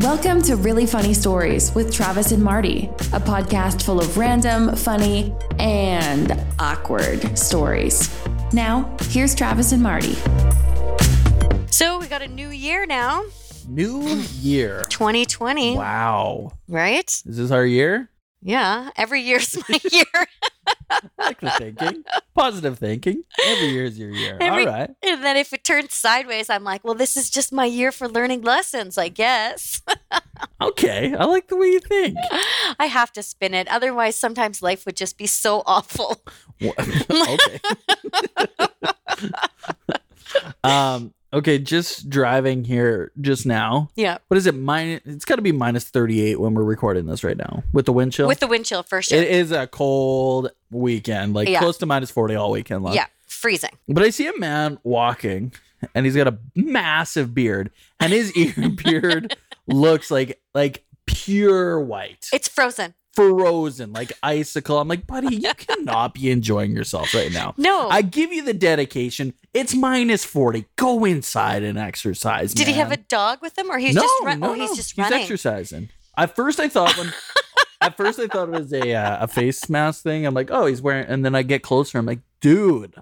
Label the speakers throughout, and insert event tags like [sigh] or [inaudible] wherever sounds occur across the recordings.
Speaker 1: Welcome to Really Funny Stories with Travis and Marty, a podcast full of random, funny, and awkward stories. Now, here's Travis and Marty.
Speaker 2: So we got a new year now,
Speaker 3: New year.
Speaker 2: 2020,
Speaker 3: Wow.
Speaker 2: right?
Speaker 3: Is this our year?
Speaker 2: Yeah, every year's [laughs] my year.
Speaker 3: Positive thinking.
Speaker 2: [laughs]
Speaker 3: Positive thinking. Every year is your year.
Speaker 2: Every-
Speaker 3: All right.
Speaker 2: and then if it turns sideways, I'm like, well, this is just my year for learning lessons, I guess. [laughs]
Speaker 3: Okay. I like the way you think.
Speaker 2: I have to spin it. Otherwise, sometimes life would just be so [laughs] awful.
Speaker 3: Wha- [laughs] okay. [laughs] um, okay, just driving here just now.
Speaker 2: Yeah.
Speaker 3: What is it? Minus it's gotta be minus thirty eight when we're recording this right now. With the wind chill.
Speaker 2: With the wind chill, for sure.
Speaker 3: it is a cold weekend, like
Speaker 2: Yeah.
Speaker 3: close to minus forty all weekend long.
Speaker 2: yeah, freezing.
Speaker 3: But I see a man walking and he's got a massive beard and his ear
Speaker 2: [laughs]
Speaker 3: beard looks like like pure white.
Speaker 2: It's frozen.
Speaker 3: frozen, like icicle. I'm like, buddy, you cannot be enjoying yourself right now.
Speaker 2: No.
Speaker 3: I give you the dedication. It's minus 40. Go inside and exercise.
Speaker 2: Did he have a
Speaker 3: man.
Speaker 2: dog with him or he's
Speaker 3: no,
Speaker 2: just run-
Speaker 3: no,
Speaker 2: oh,
Speaker 3: no.
Speaker 2: he's just running.
Speaker 3: exercising. At first I thought
Speaker 2: [laughs]
Speaker 3: when at first I thought it was a uh, a face mask thing. I'm like, oh, he's wearing and then I get closer. I'm like, dude,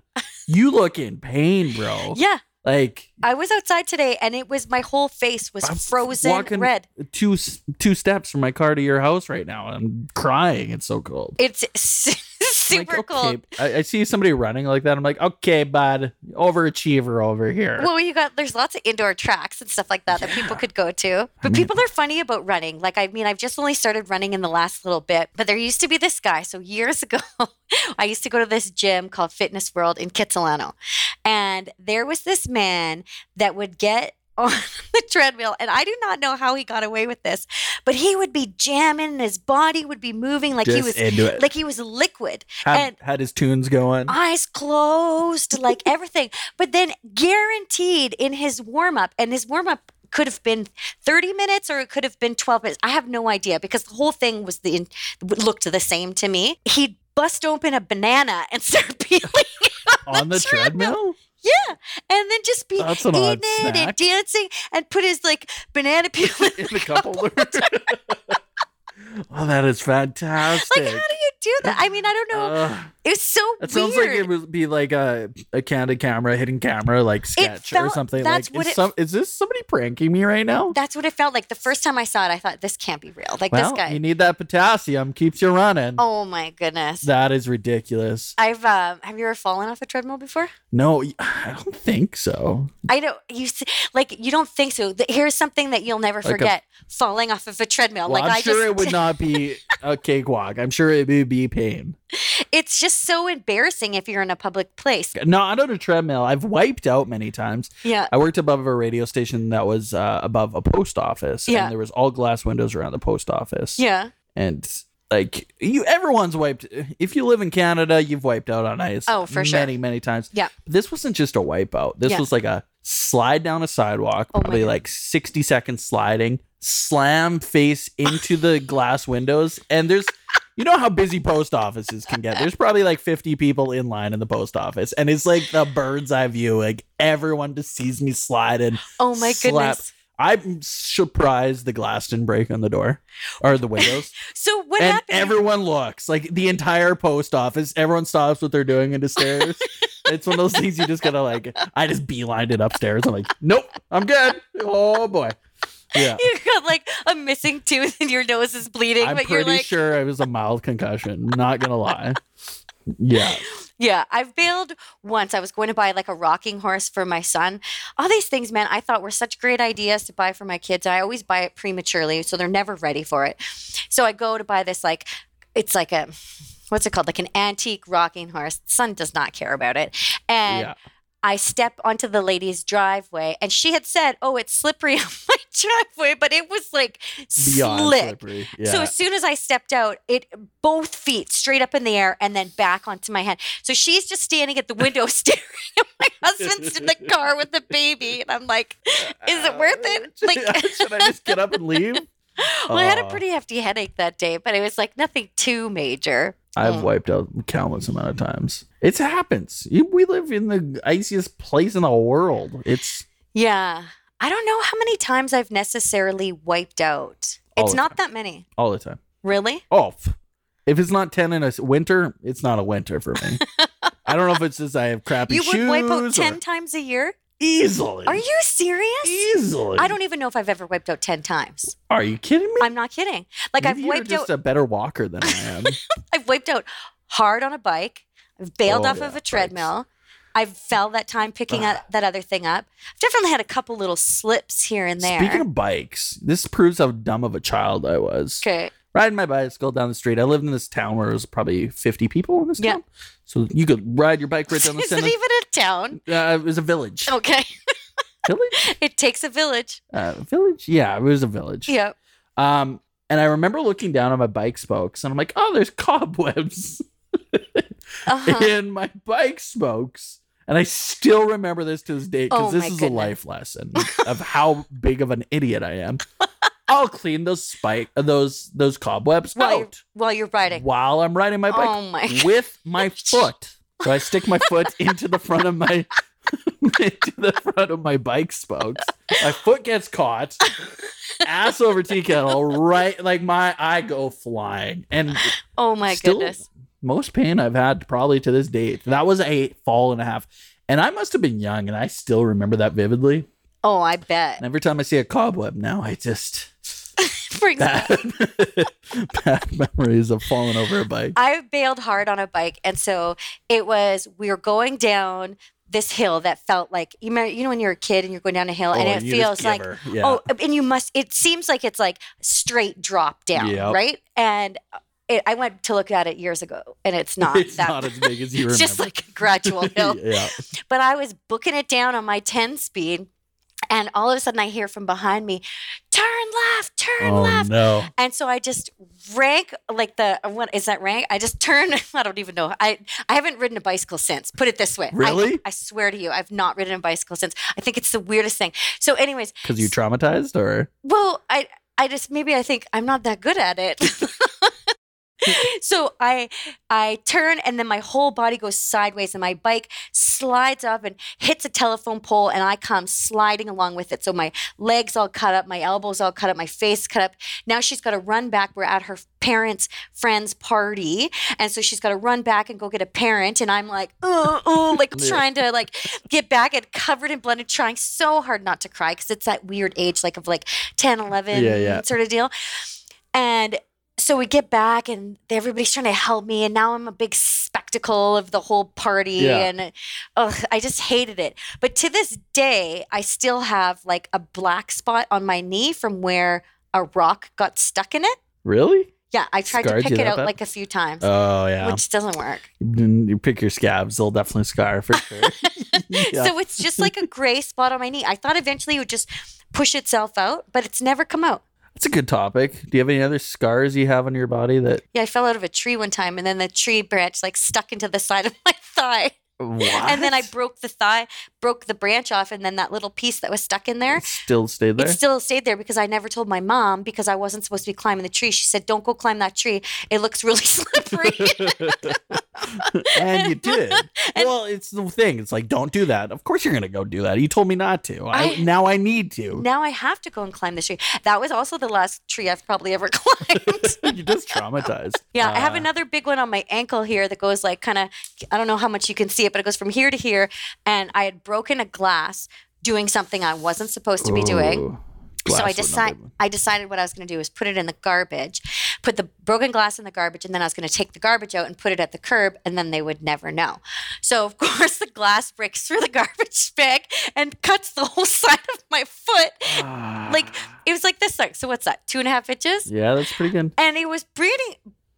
Speaker 3: you look in pain, bro.
Speaker 2: [laughs] yeah.
Speaker 3: Like
Speaker 2: I was outside today and it was my whole face was
Speaker 3: I'm
Speaker 2: frozen
Speaker 3: walking
Speaker 2: red.
Speaker 3: two s- two steps from my car to your house right now. I'm crying. It's so cold.
Speaker 2: It's [laughs] super
Speaker 3: like,
Speaker 2: cold.
Speaker 3: okay, I, I see somebody running like that. I'm like, okay, bud, overachiever over here.
Speaker 2: Well, you got there's lots of indoor tracks and stuff like that that people could go to. But
Speaker 3: mean-
Speaker 2: people are funny about running. Like I mean, I've just only started running in the last little bit, but there used to be this guy. So years [laughs] ago, I used to go to this gym called Fitness World in Kitsilano, and there was this man that would get [laughs] on the treadmill and I do not know how he got away with this, but he would be jamming and his body would be moving like
Speaker 3: Just
Speaker 2: he was
Speaker 3: into it.
Speaker 2: like he was liquid
Speaker 3: had,
Speaker 2: and-
Speaker 3: had his
Speaker 2: [laughs]
Speaker 3: tunes going.
Speaker 2: eyes closed,
Speaker 3: [laughs]
Speaker 2: like everything. But then guaranteed in his warm up, and his warm up could have been 30 minutes or it could have been 12 minutes. I have no idea because the whole thing was the looked the same to me. He'd bust open a banana and [laughs] start peeling
Speaker 3: on the
Speaker 2: treadmill.
Speaker 3: treadmill?
Speaker 2: yeah and then just be
Speaker 3: That's an
Speaker 2: eating
Speaker 3: odd
Speaker 2: it and
Speaker 3: snack.
Speaker 2: dancing and put his like banana peel
Speaker 3: [laughs]
Speaker 2: in
Speaker 3: In the cup holder. [laughs] oh, that is fantastic.
Speaker 2: like how do you do that i mean i don't know
Speaker 3: Ugh.
Speaker 2: it was so
Speaker 3: that
Speaker 2: weird
Speaker 3: sounds like it would be like a, a candid camera, hidden camera, like sketch or
Speaker 2: felt-
Speaker 3: something.
Speaker 2: that's
Speaker 3: like,
Speaker 2: what
Speaker 3: is,
Speaker 2: it-
Speaker 3: some, is this somebody pranking me right now?
Speaker 2: that's what it felt like the first time i saw it i thought this can't be real like
Speaker 3: well,
Speaker 2: this guy
Speaker 3: you need that potassium, keeps you running.
Speaker 2: oh my goodness
Speaker 3: That is ridiculous.
Speaker 2: I've um, have you ever fallen off a treadmill before?
Speaker 3: No, I don't think so.
Speaker 2: I don't you s- like you don't think so. Th- Here's something that you'll never
Speaker 3: Like a-
Speaker 2: forget: falling off of a treadmill.
Speaker 3: Well,
Speaker 2: like
Speaker 3: I'm
Speaker 2: I
Speaker 3: sure
Speaker 2: just, [laughs]
Speaker 3: it would not be a cakewalk. I'm sure it would be pain.
Speaker 2: it's just so embarrassing if you're in a public place.
Speaker 3: Not on a treadmill. I've wiped out many times.
Speaker 2: Yeah,
Speaker 3: I worked above a radio station that was uh, above a post office,
Speaker 2: Yeah.
Speaker 3: and there was all glass windows around the post office.
Speaker 2: yeah.
Speaker 3: and like you, everyone's wiped. If you live in Canada, you've wiped out on ice.
Speaker 2: Oh, for
Speaker 3: many,
Speaker 2: sure.
Speaker 3: many many times.
Speaker 2: Yeah.
Speaker 3: this wasn't just a wipeout. This
Speaker 2: Yeah.
Speaker 3: was like a slide down a sidewalk,
Speaker 2: Oh my
Speaker 3: probably
Speaker 2: God.
Speaker 3: like sixty seconds sliding, slam face
Speaker 2: [laughs]
Speaker 3: into the glass windows, and there's. You know how busy post offices can get. There's probably like 50 people in line in the post office, and it's like the bird's eye view. Like everyone just sees me sliding.
Speaker 2: Oh my
Speaker 3: Slap.
Speaker 2: goodness.
Speaker 3: I'm surprised the glass didn't break on the door or the windows
Speaker 2: So what [laughs]
Speaker 3: and
Speaker 2: happened?
Speaker 3: everyone looks like the entire post office. Everyone stops what they're doing and
Speaker 2: [laughs]
Speaker 3: just stares. it's one of those things you just gotta like. I just beelined it upstairs. I'm like, nope, I'm good. Oh boy, yeah.
Speaker 2: you got like a missing tooth and your nose is bleeding,
Speaker 3: I'm
Speaker 2: but you're
Speaker 3: pretty
Speaker 2: like,
Speaker 3: sure it was a mild concussion. Not gonna lie. Yeah,
Speaker 2: yeah. I've bailed once. I was going to buy like a rocking horse for my son. All these things, man, I thought were such great ideas to buy for my kids. I always buy it prematurely, so they're never ready for it. So I go to buy this like it's like a what's it called? Like an antique rocking horse. Son does not care about it. And
Speaker 3: yeah.
Speaker 2: I step onto the lady's driveway and she had said, "Oh, it's slippery [laughs] on my driveway," but it was like
Speaker 3: Beyond
Speaker 2: slick.
Speaker 3: slippery. Yeah.
Speaker 2: So as soon as I stepped out, it both feet straight up in the air and then back onto my head. So she's just standing at the window [laughs] staring. and My husband's
Speaker 3: [laughs]
Speaker 2: in the car with the baby, and I'm like, "Is it worth it?"
Speaker 3: [laughs]
Speaker 2: Like,
Speaker 3: should I just get up and leave?
Speaker 2: well, I had a
Speaker 3: Aw.
Speaker 2: pretty hefty headache that day, but it was like nothing too major.
Speaker 3: [laughs] I've
Speaker 2: Mm.
Speaker 3: wiped out countless amount of times. It happens. You- We live in the iciest place in the world. It's
Speaker 2: Yeah. I don't know how many times I've necessarily wiped out.
Speaker 3: All
Speaker 2: it's
Speaker 3: the
Speaker 2: not that many.
Speaker 3: all the time.
Speaker 2: Really?
Speaker 3: Oh, pff. if it's not ten in a s- winter, it's not a winter for
Speaker 2: [laughs]
Speaker 3: me. I don't know if it's just I have crappy
Speaker 2: you
Speaker 3: shoes.
Speaker 2: would wipe
Speaker 3: or-
Speaker 2: out 10 times a year?
Speaker 3: easily.
Speaker 2: Are you serious?
Speaker 3: easily?
Speaker 2: I don't even know if I've ever wiped out 10 times.
Speaker 3: Are you kidding me?
Speaker 2: I'm not kidding. Like
Speaker 3: Maybe
Speaker 2: I've
Speaker 3: you're
Speaker 2: wiped out
Speaker 3: just a better walker than I
Speaker 2: [laughs]
Speaker 3: am.
Speaker 2: I've wiped out hard on a bike. I've bailed
Speaker 3: Oh,
Speaker 2: off
Speaker 3: yeah,
Speaker 2: of a
Speaker 3: bikes.
Speaker 2: treadmill. I fell that time picking
Speaker 3: Ugh. [sighs]
Speaker 2: up that other thing up. I've definitely had a couple little slips here and there.
Speaker 3: Speaking of bikes, this proves how dumb of a child I was. [laughs]
Speaker 2: okay.
Speaker 3: Riding my bicycle down the street. I lived in this town where there was probably 50 people in this
Speaker 2: Yeah.
Speaker 3: town. So you could ride your bike right down
Speaker 2: [laughs]
Speaker 3: the
Speaker 2: Is it
Speaker 3: center.
Speaker 2: even Oh. a town?
Speaker 3: uh, it was a village.
Speaker 2: Okay. [laughs]
Speaker 3: Village?
Speaker 2: It takes a village.
Speaker 3: Uh, village? Yeah, it was a village.
Speaker 2: Yeah.
Speaker 3: Um, and I remember looking down on my bike spokes and I'm like, oh,
Speaker 2: [laughs]
Speaker 3: there's cobwebs [laughs]
Speaker 2: Uh-huh.
Speaker 3: in my bike spokes. And I still remember this to this day because
Speaker 2: Oh
Speaker 3: this
Speaker 2: my
Speaker 3: is a
Speaker 2: goodness.
Speaker 3: life lesson of how big of an idiot I am. I'll clean those spike those those cobwebs
Speaker 2: While you're,
Speaker 3: out
Speaker 2: while you're riding.
Speaker 3: while I'm riding my bike
Speaker 2: oh my. [laughs]
Speaker 3: with my foot. So I stick my foot into the front of my into the front of my bike spokes. My foot gets caught, ass over tea kettle, right like my I go flying. And
Speaker 2: Oh my
Speaker 3: still
Speaker 2: goodness.
Speaker 3: most pain I've had probably to this date. That was a fall and a half. And I must have been young and I still remember that vividly.
Speaker 2: Oh, I bet.
Speaker 3: And every time I see a cobweb now, I just [laughs]
Speaker 2: Brings
Speaker 3: bad, bad memories of falling over a bike.
Speaker 2: [laughs] I bailed hard on a bike, and so it was. We were going down this hill that felt like you know, you know when you're a kid and you're going down a hill, and
Speaker 3: Oh,
Speaker 2: it
Speaker 3: you just
Speaker 2: feels
Speaker 3: give
Speaker 2: like
Speaker 3: her. yeah.
Speaker 2: oh, and you must. It seems like it's like straight drop down,
Speaker 3: Yep.
Speaker 2: right? And uh, it, I went to look at it years ago, and it's [laughs] not
Speaker 3: it's
Speaker 2: that.
Speaker 3: not as big as you
Speaker 2: [laughs]
Speaker 3: remember.
Speaker 2: it's just like a
Speaker 3: [laughs]
Speaker 2: gradual hill. [laughs]
Speaker 3: yeah.
Speaker 2: But I was booking it down on my 10 speed, and all of a sudden I hear from behind me, "Turn left, turn
Speaker 3: Oh
Speaker 2: left." [laughs]
Speaker 3: no.
Speaker 2: And so I just rank like the uh, what is that rank? I just turn. [laughs] I don't even know. I I haven't ridden a bicycle since. Put it this way. I-
Speaker 3: Really?
Speaker 2: I, swear to you, I've not ridden a bicycle since. I think it's the weirdest thing. So, anyways,
Speaker 3: Because you traumatized, or
Speaker 2: well, I I just maybe I think I'm not that good at it. [laughs] so I I turn and then my whole body goes sideways and my bike slides up and hits a telephone pole and I come sliding along with it. So my legs all cut up, my elbows all cut up, my face cut up. Now she's got to run back. We're at her parents' friend's party, and so she's got to run back and go get a parent. And I'm like, ooh, ooh, like
Speaker 3: Yeah.
Speaker 2: trying to like get back and covered in blood and trying so hard not to cry because it's that weird age, like of like 10, 11
Speaker 3: Yeah, yeah.
Speaker 2: sort of deal. And so we get back and everybody's trying to help me and now i'm a big spectacle of the whole party
Speaker 3: Yeah.
Speaker 2: and ugh, i just hated it but to this day i still have like a black spot on my knee from where a rock got stuck in it
Speaker 3: really?
Speaker 2: yeah i tried
Speaker 3: Scarred
Speaker 2: to pick
Speaker 3: you
Speaker 2: it
Speaker 3: that
Speaker 2: out
Speaker 3: bad?
Speaker 2: like a few times
Speaker 3: Oh yeah.
Speaker 2: which doesn't work
Speaker 3: Mm, you pick your scabs; they'll definitely scar
Speaker 2: [laughs]
Speaker 3: for sure. [laughs] yeah.
Speaker 2: so it's just like a gray spot on my knee i thought eventually it would just push itself out but it's never come out
Speaker 3: That's a good topic. Do you have any other scars you have on your body that?
Speaker 2: yeah i fell out of a tree one time and then the tree branch like stuck into the side of [laughs] my thigh
Speaker 3: What?
Speaker 2: And then I broke the thigh, broke the branch off, and then that little piece that was stuck in there,
Speaker 3: It still stayed there.
Speaker 2: it [laughs] still stayed there because I never told my mom because I wasn't supposed to be climbing the tree. She said, "Don't go climb that tree. It looks really [laughs]
Speaker 3: [laughs]
Speaker 2: slippery."
Speaker 3: and you
Speaker 2: [laughs]
Speaker 3: did. well, it's the thing. It's like, don't do that. Of course, you're gonna go do that. You told me not to. I,
Speaker 2: I-
Speaker 3: now I need
Speaker 2: [laughs]
Speaker 3: to.
Speaker 2: now I have to go and climb this tree. That was also the last tree I've probably ever [laughs] climbed.
Speaker 3: You're just
Speaker 2: [laughs]
Speaker 3: traumatized.
Speaker 2: Yeah, I have
Speaker 3: Uh,
Speaker 2: another big one on my ankle here that goes like kind of, I don't know how much you can see it, but it goes from here to here. And I had broken a glass doing something I wasn't supposed to be doing.
Speaker 3: ooh, glass
Speaker 2: so I
Speaker 3: would not
Speaker 2: decided
Speaker 3: be-
Speaker 2: I decided what I was going to do was put it in the garbage, put the broken glass in the garbage, and then I was going to take the garbage out and put it at the curb, and then they would never know. So of [laughs] course the glass breaks through the garbage bag and cuts the whole [laughs] side of my foot. Like
Speaker 3: Ah.
Speaker 2: it was like this size. So what's that? Two and a half inches,
Speaker 3: [sighs] Yeah, that's pretty
Speaker 2: [laughs]
Speaker 3: good.
Speaker 2: and it was pretty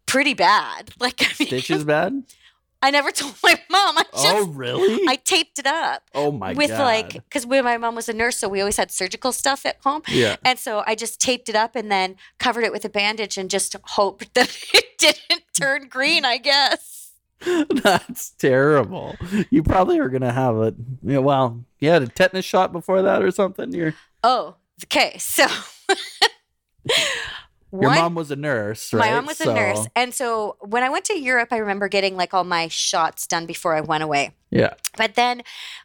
Speaker 2: pretty bad. [laughs] Like I mean,
Speaker 3: Stitches bad.
Speaker 2: I never told my mom. I just
Speaker 3: oh really?
Speaker 2: I taped it up.
Speaker 3: oh my
Speaker 2: with
Speaker 3: god.
Speaker 2: like because when my mom was a nurse so we always had surgical stuff at home
Speaker 3: yeah.
Speaker 2: And so I just taped it up and then covered it with a bandage and just hoped [laughs] that it didn't turn green, I guess.
Speaker 3: [laughs] That's terrible. You probably are gonna have it. Yeah, well, you had a tetanus shot before that or something. You're
Speaker 2: Oh, okay. So
Speaker 3: Your
Speaker 2: one
Speaker 3: mom was a nurse, right?
Speaker 2: My mom was
Speaker 3: So-
Speaker 2: a nurse. And so when I went to Europe, I remember getting like all my shots done before I went away.
Speaker 3: Yeah.
Speaker 2: But then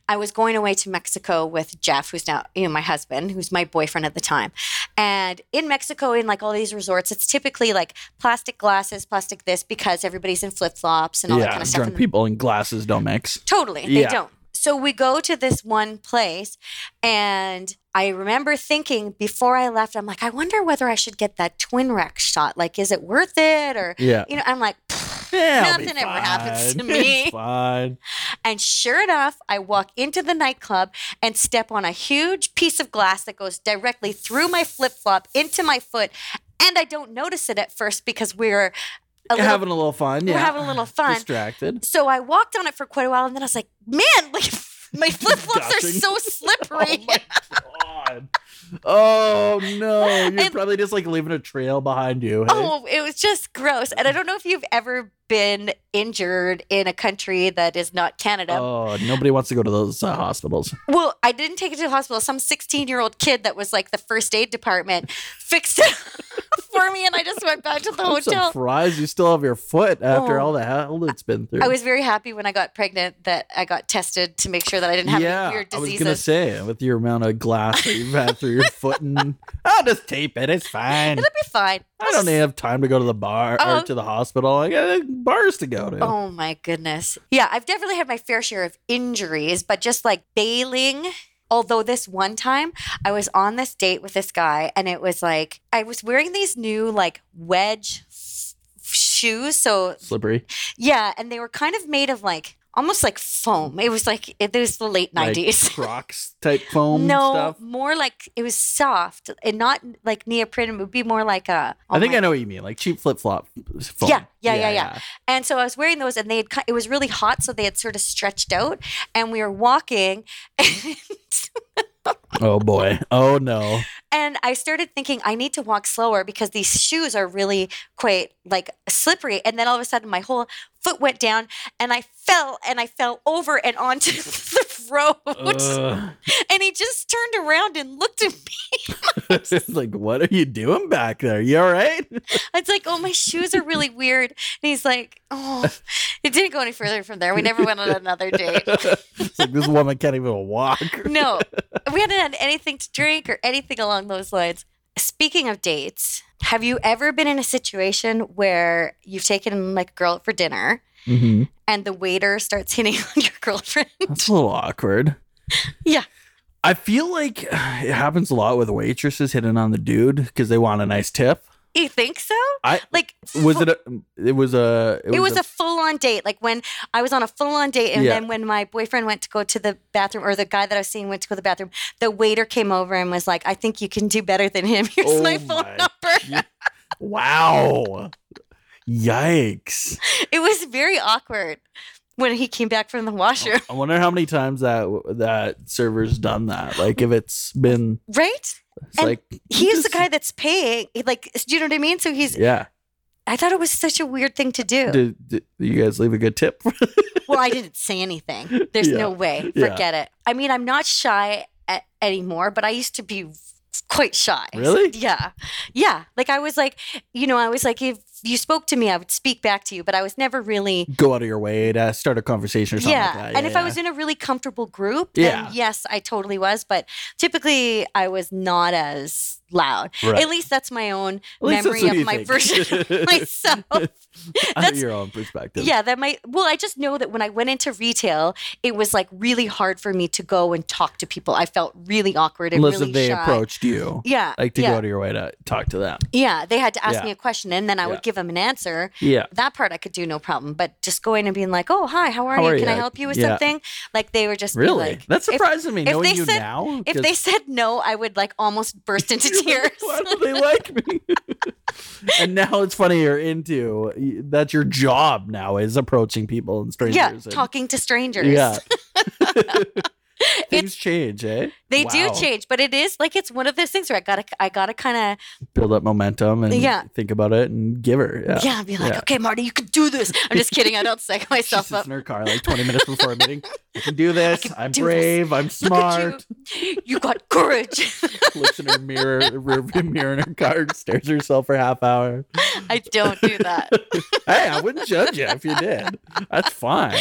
Speaker 2: I was going away to Mexico with Jeff, who's now, you know, my husband, who's my boyfriend at the time. And in Mexico, in like all these resorts, it's typically like plastic glasses, plastic this, because everybody's in flip flops and all that
Speaker 3: yeah.
Speaker 2: kind of stuff.
Speaker 3: Drunk
Speaker 2: And-
Speaker 3: people and glasses don't mix.
Speaker 2: Totally. They
Speaker 3: Yeah.
Speaker 2: don't. So we go to this one place, and I remember thinking before I left, I'm like, I wonder whether I should get that twin rack shot. Like, is it worth it? Or,
Speaker 3: Yeah.
Speaker 2: you know, I'm like,
Speaker 3: Yeah, I'll
Speaker 2: [laughs]
Speaker 3: be
Speaker 2: Nothing ever happens
Speaker 3: fine.
Speaker 2: to me.
Speaker 3: [laughs] It's fine.
Speaker 2: And sure enough, I walk into the nightclub and step on a huge piece of glass that goes directly through my flip flop into my foot. And I don't notice it at first because we're a little.
Speaker 3: having a little fun.
Speaker 2: we're
Speaker 3: yeah.
Speaker 2: having a little fun.
Speaker 3: Distracted.
Speaker 2: so I walked on it for quite a while and then I was like, man, like
Speaker 3: [laughs]
Speaker 2: my flip flops are
Speaker 3: Gushing.
Speaker 2: so
Speaker 3: [laughs] [laughs] Oh
Speaker 2: slippery.
Speaker 3: my god. Oh
Speaker 2: [laughs]
Speaker 3: no. You're
Speaker 2: And-
Speaker 3: probably just like leaving a trail behind you. hey?
Speaker 2: Oh, it was just gross. And I don't know if you've ever been injured in a country that is not Canada.
Speaker 3: Oh, nobody wants to go to those uh, hospitals.
Speaker 2: Well, I didn't take it to the hospital. Some 16 year old kid that was like the first aid department [laughs] fixed it for me, and I just went back to [laughs] the
Speaker 3: I'm
Speaker 2: hotel.
Speaker 3: surprised you still have your foot after
Speaker 2: Oh.
Speaker 3: all the hell it's been through.
Speaker 2: I was very happy when I got pregnant that I got tested to make sure that I didn't have
Speaker 3: yeah,
Speaker 2: any weird
Speaker 3: I was
Speaker 2: diseases.
Speaker 3: gonna say with your amount of glass that you've had through your foot, and [laughs] I'll just tape it. It's fine.
Speaker 2: [laughs] It'll be fine.
Speaker 3: I don't even have time to go to the bar or
Speaker 2: Oh.
Speaker 3: to the hospital. I got uh, bars to go to.
Speaker 2: Oh my goodness. Yeah, I've definitely had my fair share of injuries, but just like bailing. Although this one time I was on this date with this guy and it was like I was wearing these new like wedge f- shoes, so
Speaker 3: Slippery.
Speaker 2: Yeah, and they were kind of made of like almost like foam. It was like it was the late
Speaker 3: Like
Speaker 2: nineties. [laughs]
Speaker 3: Crocs type foam
Speaker 2: no,
Speaker 3: stuff.
Speaker 2: more like it was soft and not like neoprene. It would be more like a. oh
Speaker 3: I think
Speaker 2: my-
Speaker 3: I know what you mean, like cheap flip flop. foam.
Speaker 2: Yeah, yeah, yeah, yeah. And so I was wearing those, and they had. ki- It was really hot, so they had sort of stretched out, and we were walking. [laughs] And
Speaker 3: Oh boy. Oh no.
Speaker 2: And I started thinking I need to walk slower because these shoes are really quite like slippery. And then all of a sudden, my whole foot went down, and I fell, and I fell over and onto [laughs] the road.
Speaker 3: Ugh.
Speaker 2: And he just turned around and looked at me.
Speaker 3: [laughs]
Speaker 2: [laughs]
Speaker 3: it's like, what are you doing back there? You all right?
Speaker 2: It's like, oh, my shoes are really weird. And he's like,
Speaker 3: [laughs]
Speaker 2: oh, it didn't go any further from there. We never went on another date.
Speaker 3: it's like this woman can't
Speaker 2: [laughs]
Speaker 3: even walk.
Speaker 2: No, we hadn't had anything to drink or anything along those lines. Speaking of dates, have you ever been in a situation where you've taken like a girl out for dinner
Speaker 3: Mhm.
Speaker 2: and the waiter starts [laughs] hitting on your girlfriend? [laughs]
Speaker 3: That's a little awkward.
Speaker 2: Yeah.
Speaker 3: I feel like it happens a lot with waitresses hitting on the dude because they want a nice tip.
Speaker 2: You think so?
Speaker 3: I
Speaker 2: Like,
Speaker 3: was it a it was a
Speaker 2: it was a, full on date. Like when I was on a full on date, and
Speaker 3: Yeah.
Speaker 2: then when my boyfriend went to go to the bathroom, or the guy that I was seeing went to go to the bathroom, the waiter came over and was like, "I think you can do better than him. [laughs] Here's
Speaker 3: Oh
Speaker 2: my phone
Speaker 3: my.
Speaker 2: number."
Speaker 3: wow. Yikes.
Speaker 2: It was very awkward when he came back from the washroom,
Speaker 3: I wonder how many times that that server's done that. Like if it's been
Speaker 2: [laughs] right?
Speaker 3: it's
Speaker 2: And
Speaker 3: like
Speaker 2: He's the
Speaker 3: just-
Speaker 2: guy that's paying. Like, do you know what I mean? So he's.
Speaker 3: Yeah.
Speaker 2: I thought it was such a weird thing to do.
Speaker 3: Did, did you guys leave a good tip? [laughs]
Speaker 2: Well, I didn't say anything. There's
Speaker 3: Yeah.
Speaker 2: no way.
Speaker 3: Yeah.
Speaker 2: Forget it. I mean, I'm not shy a- anymore, but I used to be quite shy.
Speaker 3: Really?
Speaker 2: Yeah. Yeah. Like I was like, you know, I was like, if you spoke to me, I would speak back to you, but I was never really.
Speaker 3: Go out of your way to start a conversation or something
Speaker 2: Yeah.
Speaker 3: like that.
Speaker 2: and if I was in a really comfortable group, then
Speaker 3: Yeah.
Speaker 2: yes, I totally was. But typically, I was not as loud.
Speaker 3: Right.
Speaker 2: At least that's my own
Speaker 3: At least that's
Speaker 2: memory
Speaker 3: what
Speaker 2: of
Speaker 3: you
Speaker 2: my
Speaker 3: think.
Speaker 2: version [laughs]
Speaker 3: [laughs]
Speaker 2: of myself.
Speaker 3: out of
Speaker 2: That's-
Speaker 3: your own perspective.
Speaker 2: Yeah, that might. Well, I just know that when I went into retail, it was like really hard for me to go and talk to people. I felt really awkward and
Speaker 3: Unless
Speaker 2: really
Speaker 3: if they
Speaker 2: shy.
Speaker 3: approached you.
Speaker 2: yeah,
Speaker 3: Like to
Speaker 2: yeah,
Speaker 3: go out of your way to talk to
Speaker 2: [laughs]
Speaker 3: them.
Speaker 2: yeah. They had to ask
Speaker 3: Yeah.
Speaker 2: me a question, and then I
Speaker 3: Yeah.
Speaker 2: would give them an answer.
Speaker 3: Yeah.
Speaker 2: That part I could do no problem, but just going and being like, "Oh, hi, how are
Speaker 3: How
Speaker 2: you?
Speaker 3: are
Speaker 2: Can I
Speaker 3: you?"
Speaker 2: help you with
Speaker 3: Yeah.
Speaker 2: something?" Like they were just be
Speaker 3: Really?
Speaker 2: like,
Speaker 3: That's
Speaker 2: if-
Speaker 3: surprising me
Speaker 2: if
Speaker 3: knowing
Speaker 2: they
Speaker 3: you
Speaker 2: said-
Speaker 3: now.
Speaker 2: If,
Speaker 3: 'cause
Speaker 2: they said no, I would like almost burst into
Speaker 3: [laughs] you're
Speaker 2: tears.
Speaker 3: like, Why do they like me? [laughs] and now it's funny you're into that's your job now is approaching people and
Speaker 2: [laughs]
Speaker 3: strangers.
Speaker 2: yeah,
Speaker 3: and-
Speaker 2: talking to strangers.
Speaker 3: Yeah. [laughs]
Speaker 2: [laughs]
Speaker 3: Things change, eh?
Speaker 2: They
Speaker 3: Wow.
Speaker 2: do change, but it is like it's one of those things where I gotta, I gotta kind of
Speaker 3: Build up momentum and
Speaker 2: Yeah.
Speaker 3: think about it and give her. Yeah.
Speaker 2: Yeah, I'd be like,
Speaker 3: Yeah.
Speaker 2: okay, Marty, you can do this. I'm just kidding. I don't psych [laughs]
Speaker 3: She's
Speaker 2: myself
Speaker 3: sits
Speaker 2: up. [laughs]
Speaker 3: in her car like 20 minutes before a meeting. I can do this.
Speaker 2: can
Speaker 3: I'm
Speaker 2: do this.
Speaker 3: brave. I'm smart.
Speaker 2: you. You got
Speaker 3: [laughs]
Speaker 2: courage.
Speaker 3: Looks in her mirror, [laughs] rear view mirror in her car, stares at herself for half hour.
Speaker 2: I don't do that.
Speaker 3: Hey, I wouldn't judge you if you did. That's fine.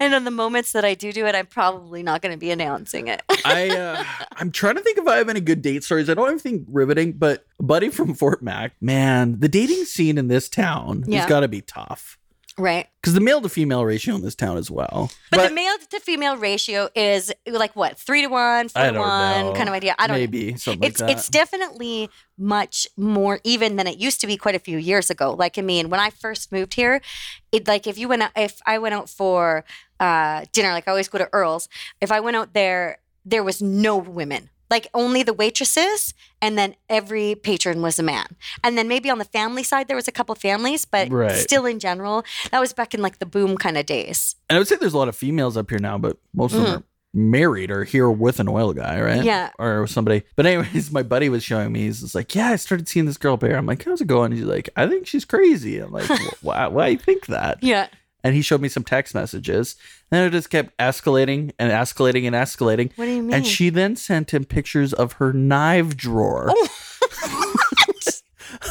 Speaker 2: And on the moments that I do do it, I'm probably not going to be announcing it. [laughs]
Speaker 3: I uh, I'm trying to think if I have any good date stories. I don't have anything riveting, but a buddy from Fort Mac, man, the dating scene in this town
Speaker 2: Yeah.
Speaker 3: has got to be tough
Speaker 2: right.
Speaker 3: because the male to female ratio in this town as well.
Speaker 2: But, the male to female ratio is like what? Three to one, four
Speaker 3: I
Speaker 2: to
Speaker 3: don't
Speaker 2: one
Speaker 3: know.
Speaker 2: kind of idea. I don't
Speaker 3: maybe something
Speaker 2: It's
Speaker 3: like that.
Speaker 2: it's definitely much more even than it used to be quite a few years ago. Like I mean, when I first moved here, it like if you went out, if I went out for uh, dinner, like I always go to Earl's. If I went out there, there was no women. Like only the waitresses, and then every patron was a man. And then maybe on the family side, there was a couple families, but
Speaker 3: Right.
Speaker 2: still in general, that was back in like the boom kind of days.
Speaker 3: and I would say there's a lot of females up here now, but most of them are married or here with an oil guy, right?
Speaker 2: Mm. Yeah.
Speaker 3: Or somebody. But anyways, my buddy was showing me. He's just like, yeah, I started seeing this girl up here. I'm like, how's it going? He's like, I think she's crazy. I'm like, "Wh- why? Why you think that?
Speaker 2: Yeah,
Speaker 3: and he showed me some text messages. And it just kept escalating and escalating and escalating.
Speaker 2: what do you mean?
Speaker 3: And she then sent him pictures of her knife drawer.
Speaker 2: Oh.
Speaker 3: [laughs]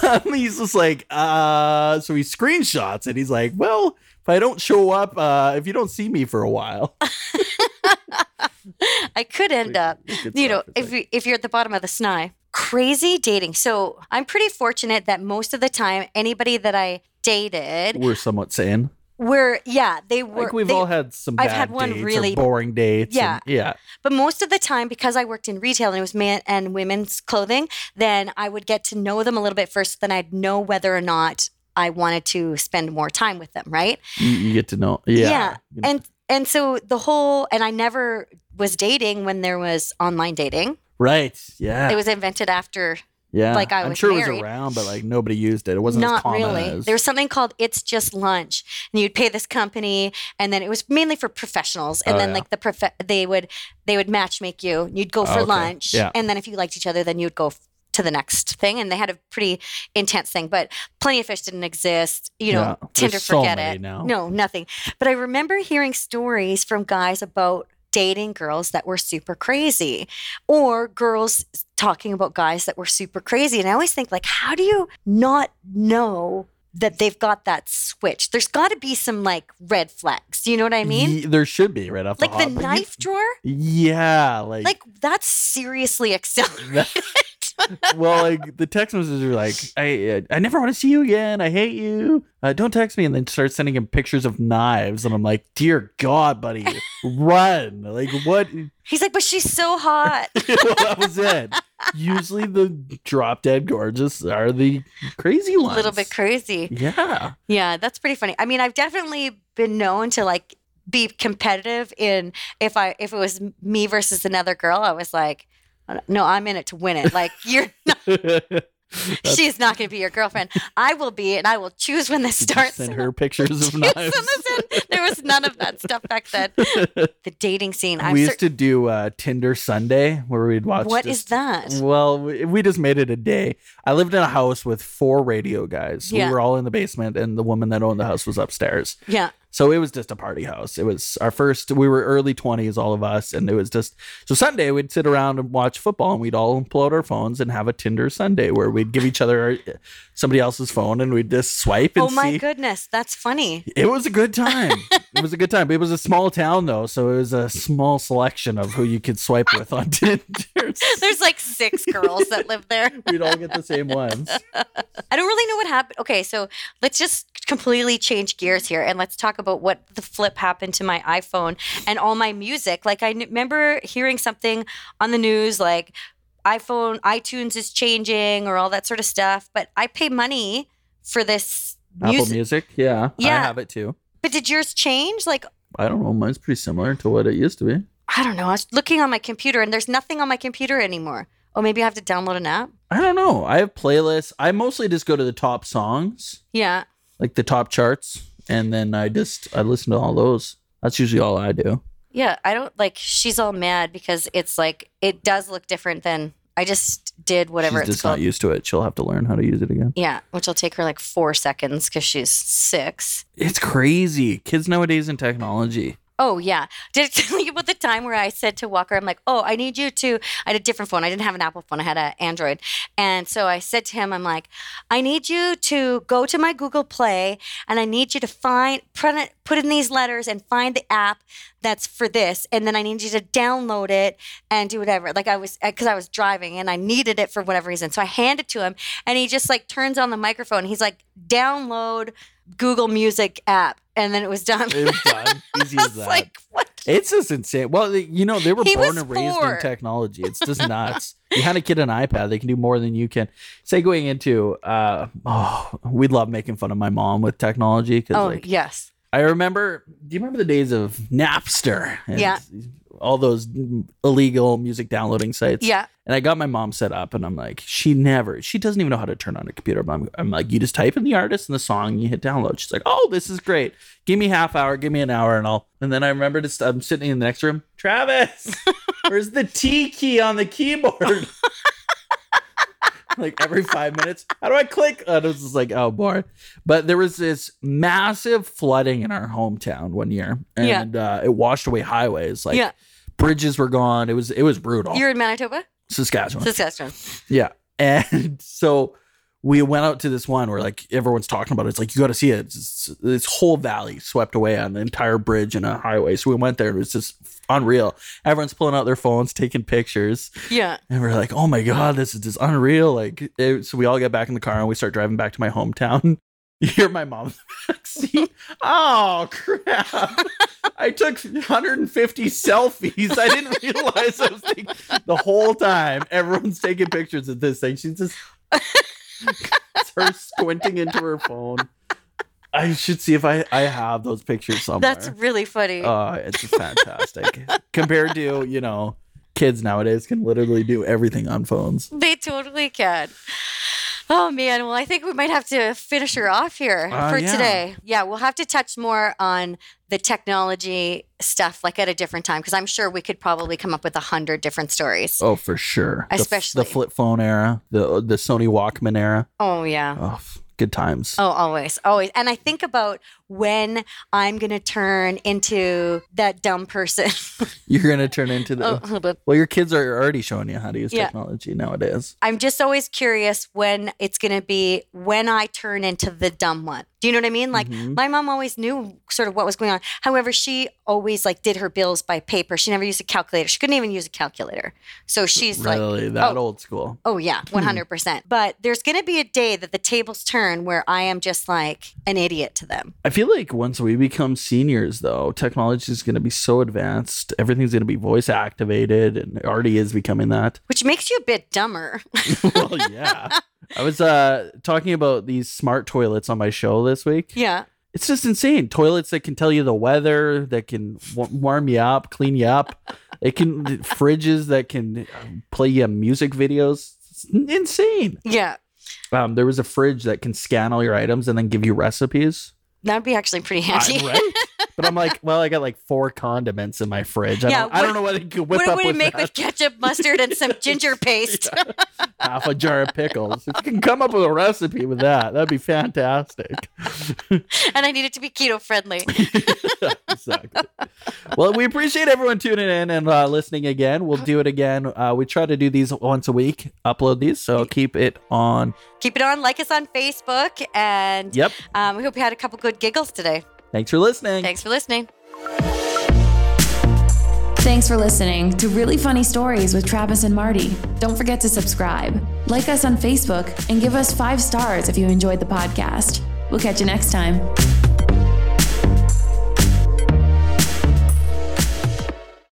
Speaker 3: and he's just like, uh, so he screenshots and he's like, well, if I don't show up, uh, if you don't see me for
Speaker 2: [laughs]
Speaker 3: a while,
Speaker 2: I could end up you know, if you, if you're at the bottom of the sni, crazy dating. So I'm pretty fortunate that most of the time, anybody that I dated
Speaker 3: we're somewhat sane,
Speaker 2: were, yeah, they were.
Speaker 3: like we've
Speaker 2: they-
Speaker 3: all had some
Speaker 2: I've
Speaker 3: bad
Speaker 2: had one
Speaker 3: dates
Speaker 2: really-
Speaker 3: or boring dates.
Speaker 2: Yeah.
Speaker 3: and- yeah.
Speaker 2: but most of the time, because I worked in retail and it was man and women's clothing, then I would get to know them a little bit first. Then I'd know whether or not I wanted to spend more time with them, right?
Speaker 3: You, you get to know. Yeah.
Speaker 2: Yeah,
Speaker 3: You know,
Speaker 2: And and so the whole and I never was dating when there was online dating.
Speaker 3: right. Yeah.
Speaker 2: It was invented after
Speaker 3: Yeah,
Speaker 2: like, I
Speaker 3: am
Speaker 2: was
Speaker 3: sure it was
Speaker 2: married.
Speaker 3: around, but like nobody used it. It wasn't as
Speaker 2: not
Speaker 3: common
Speaker 2: really.
Speaker 3: as-
Speaker 2: There was something called "It's Just Lunch," and you'd pay this company, and then it was mainly for professionals. And
Speaker 3: Oh,
Speaker 2: then
Speaker 3: yeah. Oh,
Speaker 2: like the prof- they would they would match make you. and You'd go for
Speaker 3: okay.
Speaker 2: lunch,
Speaker 3: Yeah.
Speaker 2: and then if you liked each other, then you'd go. f- to the next thing, and they had a pretty intense thing, but plenty of fish didn't exist. You know,
Speaker 3: Yeah,
Speaker 2: Tinder,
Speaker 3: there's so
Speaker 2: forget
Speaker 3: many
Speaker 2: it.
Speaker 3: now.
Speaker 2: No, nothing. But I remember hearing stories from guys about dating girls that were super crazy, or girls talking about guys that were super crazy. And I always think, like, how do you not know that they've got that switch? There's got to be some like red flags. You know what I mean?
Speaker 3: Ye- there should be right off
Speaker 2: like
Speaker 3: the
Speaker 2: the
Speaker 3: hop, but you-
Speaker 2: knife drawer?
Speaker 3: yeah, like, [laughs]
Speaker 2: Like, that's seriously accelerated.
Speaker 3: well, like the text messages are like, I I never want to see you again. I hate you. Uh, don't text me, and then start sending him pictures of knives, and I'm like, dear God, buddy, run! Like what?
Speaker 2: [laughs]
Speaker 3: [laughs]
Speaker 2: He's like, but she's so hot.
Speaker 3: well, that was it. Usually, the drop dead gorgeous are the crazy
Speaker 2: A
Speaker 3: ones.
Speaker 2: little bit crazy. [laughs]
Speaker 3: Yeah.
Speaker 2: Yeah, that's pretty funny. I mean, I've definitely been known to like be competitive in if I if it was me versus another girl, I was like, no, I'm in it to win it. Like [laughs] you're not
Speaker 3: That's-
Speaker 2: she's not going to be your girlfriend. I will be, and I will choose when this
Speaker 3: Did you
Speaker 2: starts.
Speaker 3: send her pictures of
Speaker 2: Choose when
Speaker 3: knives.
Speaker 2: this end- [laughs] there was none of that stuff back
Speaker 3: [laughs]
Speaker 2: then. The dating scene. I'm
Speaker 3: we
Speaker 2: cer-
Speaker 3: used to do uh, Tinder Sunday where we'd watch.
Speaker 2: what
Speaker 3: just-
Speaker 2: is that?
Speaker 3: Well, we we just made it a day. I lived in a house with four radio guys.
Speaker 2: Yeah.
Speaker 3: We were all in the basement, and the woman that owned the house was upstairs.
Speaker 2: Yeah,
Speaker 3: So it was just a party house. It was our first, we were early 20s, all of us. And it was just, so Sunday we'd sit around and watch football and we'd all pull out our phones and have a Tinder Sunday where we'd give each other our, somebody else's phone and we'd just swipe and
Speaker 2: Oh my
Speaker 3: see.
Speaker 2: goodness, that's funny.
Speaker 3: It was a good
Speaker 2: [laughs]
Speaker 3: time. it was a good time. It was a small town though, so it was a small selection of who you could swipe with
Speaker 2: [laughs]
Speaker 3: on [laughs] Tinder.
Speaker 2: There's like six girls that live there.
Speaker 3: [laughs] We'd all get the same ones.
Speaker 2: I don't really know what happened. Okay, so let's just completely change gears here and let's talk about what the flip happened to my iPhone and all my music. Like I kn- remember hearing something on the news like iPhone iTunes is changing or all that sort of stuff, but I pay money for this music.
Speaker 3: Apple Music, yeah, I
Speaker 2: Yeah.
Speaker 3: have it too.
Speaker 2: But did yours change? Like
Speaker 3: I don't know. Mine's pretty similar to what it used to be.
Speaker 2: I don't know. I was looking on my computer and there's nothing on my computer anymore. Oh, maybe I have to download an app.
Speaker 3: I don't know. I have playlists. I mostly just go to the top songs,
Speaker 2: Yeah.
Speaker 3: like the top charts, and then I just I listen to all those. That's usually all I do.
Speaker 2: Yeah, I don't like she's all mad because it's like it does look different than I just did whatever
Speaker 3: She's
Speaker 2: it's
Speaker 3: just
Speaker 2: called.
Speaker 3: not used to it. She'll have to learn how to use it again.
Speaker 2: yeah, which will take her like four seconds because she's six.
Speaker 3: It's crazy. Kids nowadays and technology.
Speaker 2: Oh yeah. [laughs] Did I tell you about the time where I said to Walker, I'm like, oh, I need you to I had a different phone. I didn't have an Apple phone, I had an Android. And so I said to him, I'm like, I need you to go to my Google Play and I need you to find print it, put in these letters and find the app that's for this. And then I need you to download it and do whatever. Like I was because I was driving and I needed it for whatever reason. So I hand it to him and he just like turns on the microphone. He's like, download Google Music app. And then it was done. [laughs]
Speaker 3: It was done. Easy as
Speaker 2: It's
Speaker 3: that.
Speaker 2: like what?
Speaker 3: It's just insane. Well, you know, they were
Speaker 2: He
Speaker 3: born
Speaker 2: was
Speaker 3: and raised
Speaker 2: four.
Speaker 3: in technology.
Speaker 2: [laughs]
Speaker 3: It's just nuts. you had a kid an iPad, they can do more than you can. Segueing into, uh, oh, we love making fun of my mom with technology because,
Speaker 2: Oh
Speaker 3: like,
Speaker 2: yes,
Speaker 3: I remember. Do you remember the days of Napster? And
Speaker 2: Yeah.
Speaker 3: All those illegal music downloading sites.
Speaker 2: yeah.
Speaker 3: And I got my mom set up, and I'm like, she never, she doesn't even know how to turn on a computer. But I'm, I'm like, you just type in the artist and the song, and you hit download. She's like, oh, this is great. Give me half hour, give me an hour, and I'll. And then I remember just I'm sitting in the next room. Travis, where's the T key on the keyboard? like every five minutes, how do I click? And I was just like, oh boy. But there was this massive flooding in our hometown one year,
Speaker 2: Yeah.
Speaker 3: and uh, it washed away highways. Like
Speaker 2: Yeah.
Speaker 3: bridges were gone. It was it was brutal.
Speaker 2: You're in Manitoba,
Speaker 3: Saskatchewan.
Speaker 2: Saskatchewan.
Speaker 3: Yeah. And [laughs] so we went out to this one where like everyone's talking about it. It's like, you got to see it. It's, it's- this whole valley swept away on the entire bridge and a highway. So we went there. It was just unreal. Everyone's pulling out their phones, taking pictures.
Speaker 2: Yeah,
Speaker 3: And we're like, oh my God, this is just unreal. Like, it, so we all get back in the car and we start driving back to my hometown. [laughs] You hear my mom in the backseat. Oh, crap. I took 150 selfies. I didn't realize I was taking the whole time. Everyone's taking pictures of this thing. She's just [laughs] it's her squinting into her phone. I should see if I, I have those pictures somewhere.
Speaker 2: that's really funny.
Speaker 3: Uh, it's fantastic compared to you know kids nowadays can literally do everything on phones.
Speaker 2: they totally can. Oh man, well I think we might have to finish her off here
Speaker 3: Uh,
Speaker 2: for
Speaker 3: yeah.
Speaker 2: today. Yeah, we'll have to touch more on the technology stuff like at a different time because I'm sure we could probably come up with a hundred different stories.
Speaker 3: Oh, for sure. The f-
Speaker 2: Especially-
Speaker 3: the, flip phone era, the the Sony Walkman era.
Speaker 2: Oh yeah.
Speaker 3: Oh, f- good times.
Speaker 2: Oh, always, always. And I think about when I'm going to turn into that dumb person. [laughs]
Speaker 3: You're gonna turn into the.
Speaker 2: oh, hold on.
Speaker 3: Well, your kids are already showing you how to use
Speaker 2: Yeah.
Speaker 3: technology nowadays.
Speaker 2: I'm just always curious when it's going to be when I turn into the dumb one. Do you know what I mean? Like
Speaker 3: Mhm.
Speaker 2: my mom always knew sort of what was going on. However, she always like did her bills by paper. She never used a calculator. She couldn't even use a calculator. So she's like
Speaker 3: Really, that Hmm.
Speaker 2: oh.
Speaker 3: old school.
Speaker 2: Oh yeah, one hundred percent. But there's going to be a day that the tables turn where I am just like an idiot to them.
Speaker 3: I feel like once we become seniors, though, technology is going to be so advanced. Everything's going to be voice activated, and it already is becoming that.
Speaker 2: which makes you a bit dumber. [laughs]
Speaker 3: [laughs] well, yeah. I was uh, talking about these smart toilets on my show this week.
Speaker 2: yeah.
Speaker 3: It's just insane. Toilets that can tell you the weather, that can wa- warm you up, clean you up. It can fridges that can um, play you music videos. It's n- insane.
Speaker 2: Yeah.
Speaker 3: Um, there was a fridge that can scan all your items and then give you recipes.
Speaker 2: That would be actually pretty [laughs] handy.
Speaker 3: I'm right. But I'm like, well, I got like four condiments in my fridge. I,
Speaker 2: Yeah,
Speaker 3: don't, I
Speaker 2: what-
Speaker 3: don't know what I could whip
Speaker 2: What
Speaker 3: up
Speaker 2: would it
Speaker 3: with,
Speaker 2: make
Speaker 3: that.
Speaker 2: with ketchup, mustard, and some ginger paste?
Speaker 3: [laughs] half a jar of pickles. If you can come up with a recipe with that, that'd be fantastic.
Speaker 2: [laughs] and I need it to be keto friendly.
Speaker 3: [laughs] exactly. Well, we appreciate everyone tuning in and uh, listening again. We'll do it again. Uh, we try to do these once a week, upload these. So keep it on.
Speaker 2: Keep it on. Like us on Facebook. And
Speaker 3: Yep.
Speaker 2: um, we hope you had a couple good giggles today.
Speaker 3: Thanks for listening.
Speaker 2: Thanks for listening.
Speaker 1: Thanks for listening to Really Funny Stories with Travis and Marty. Don't forget to subscribe, like us on Facebook, and give us five stars if you enjoyed the podcast. We'll catch you next time.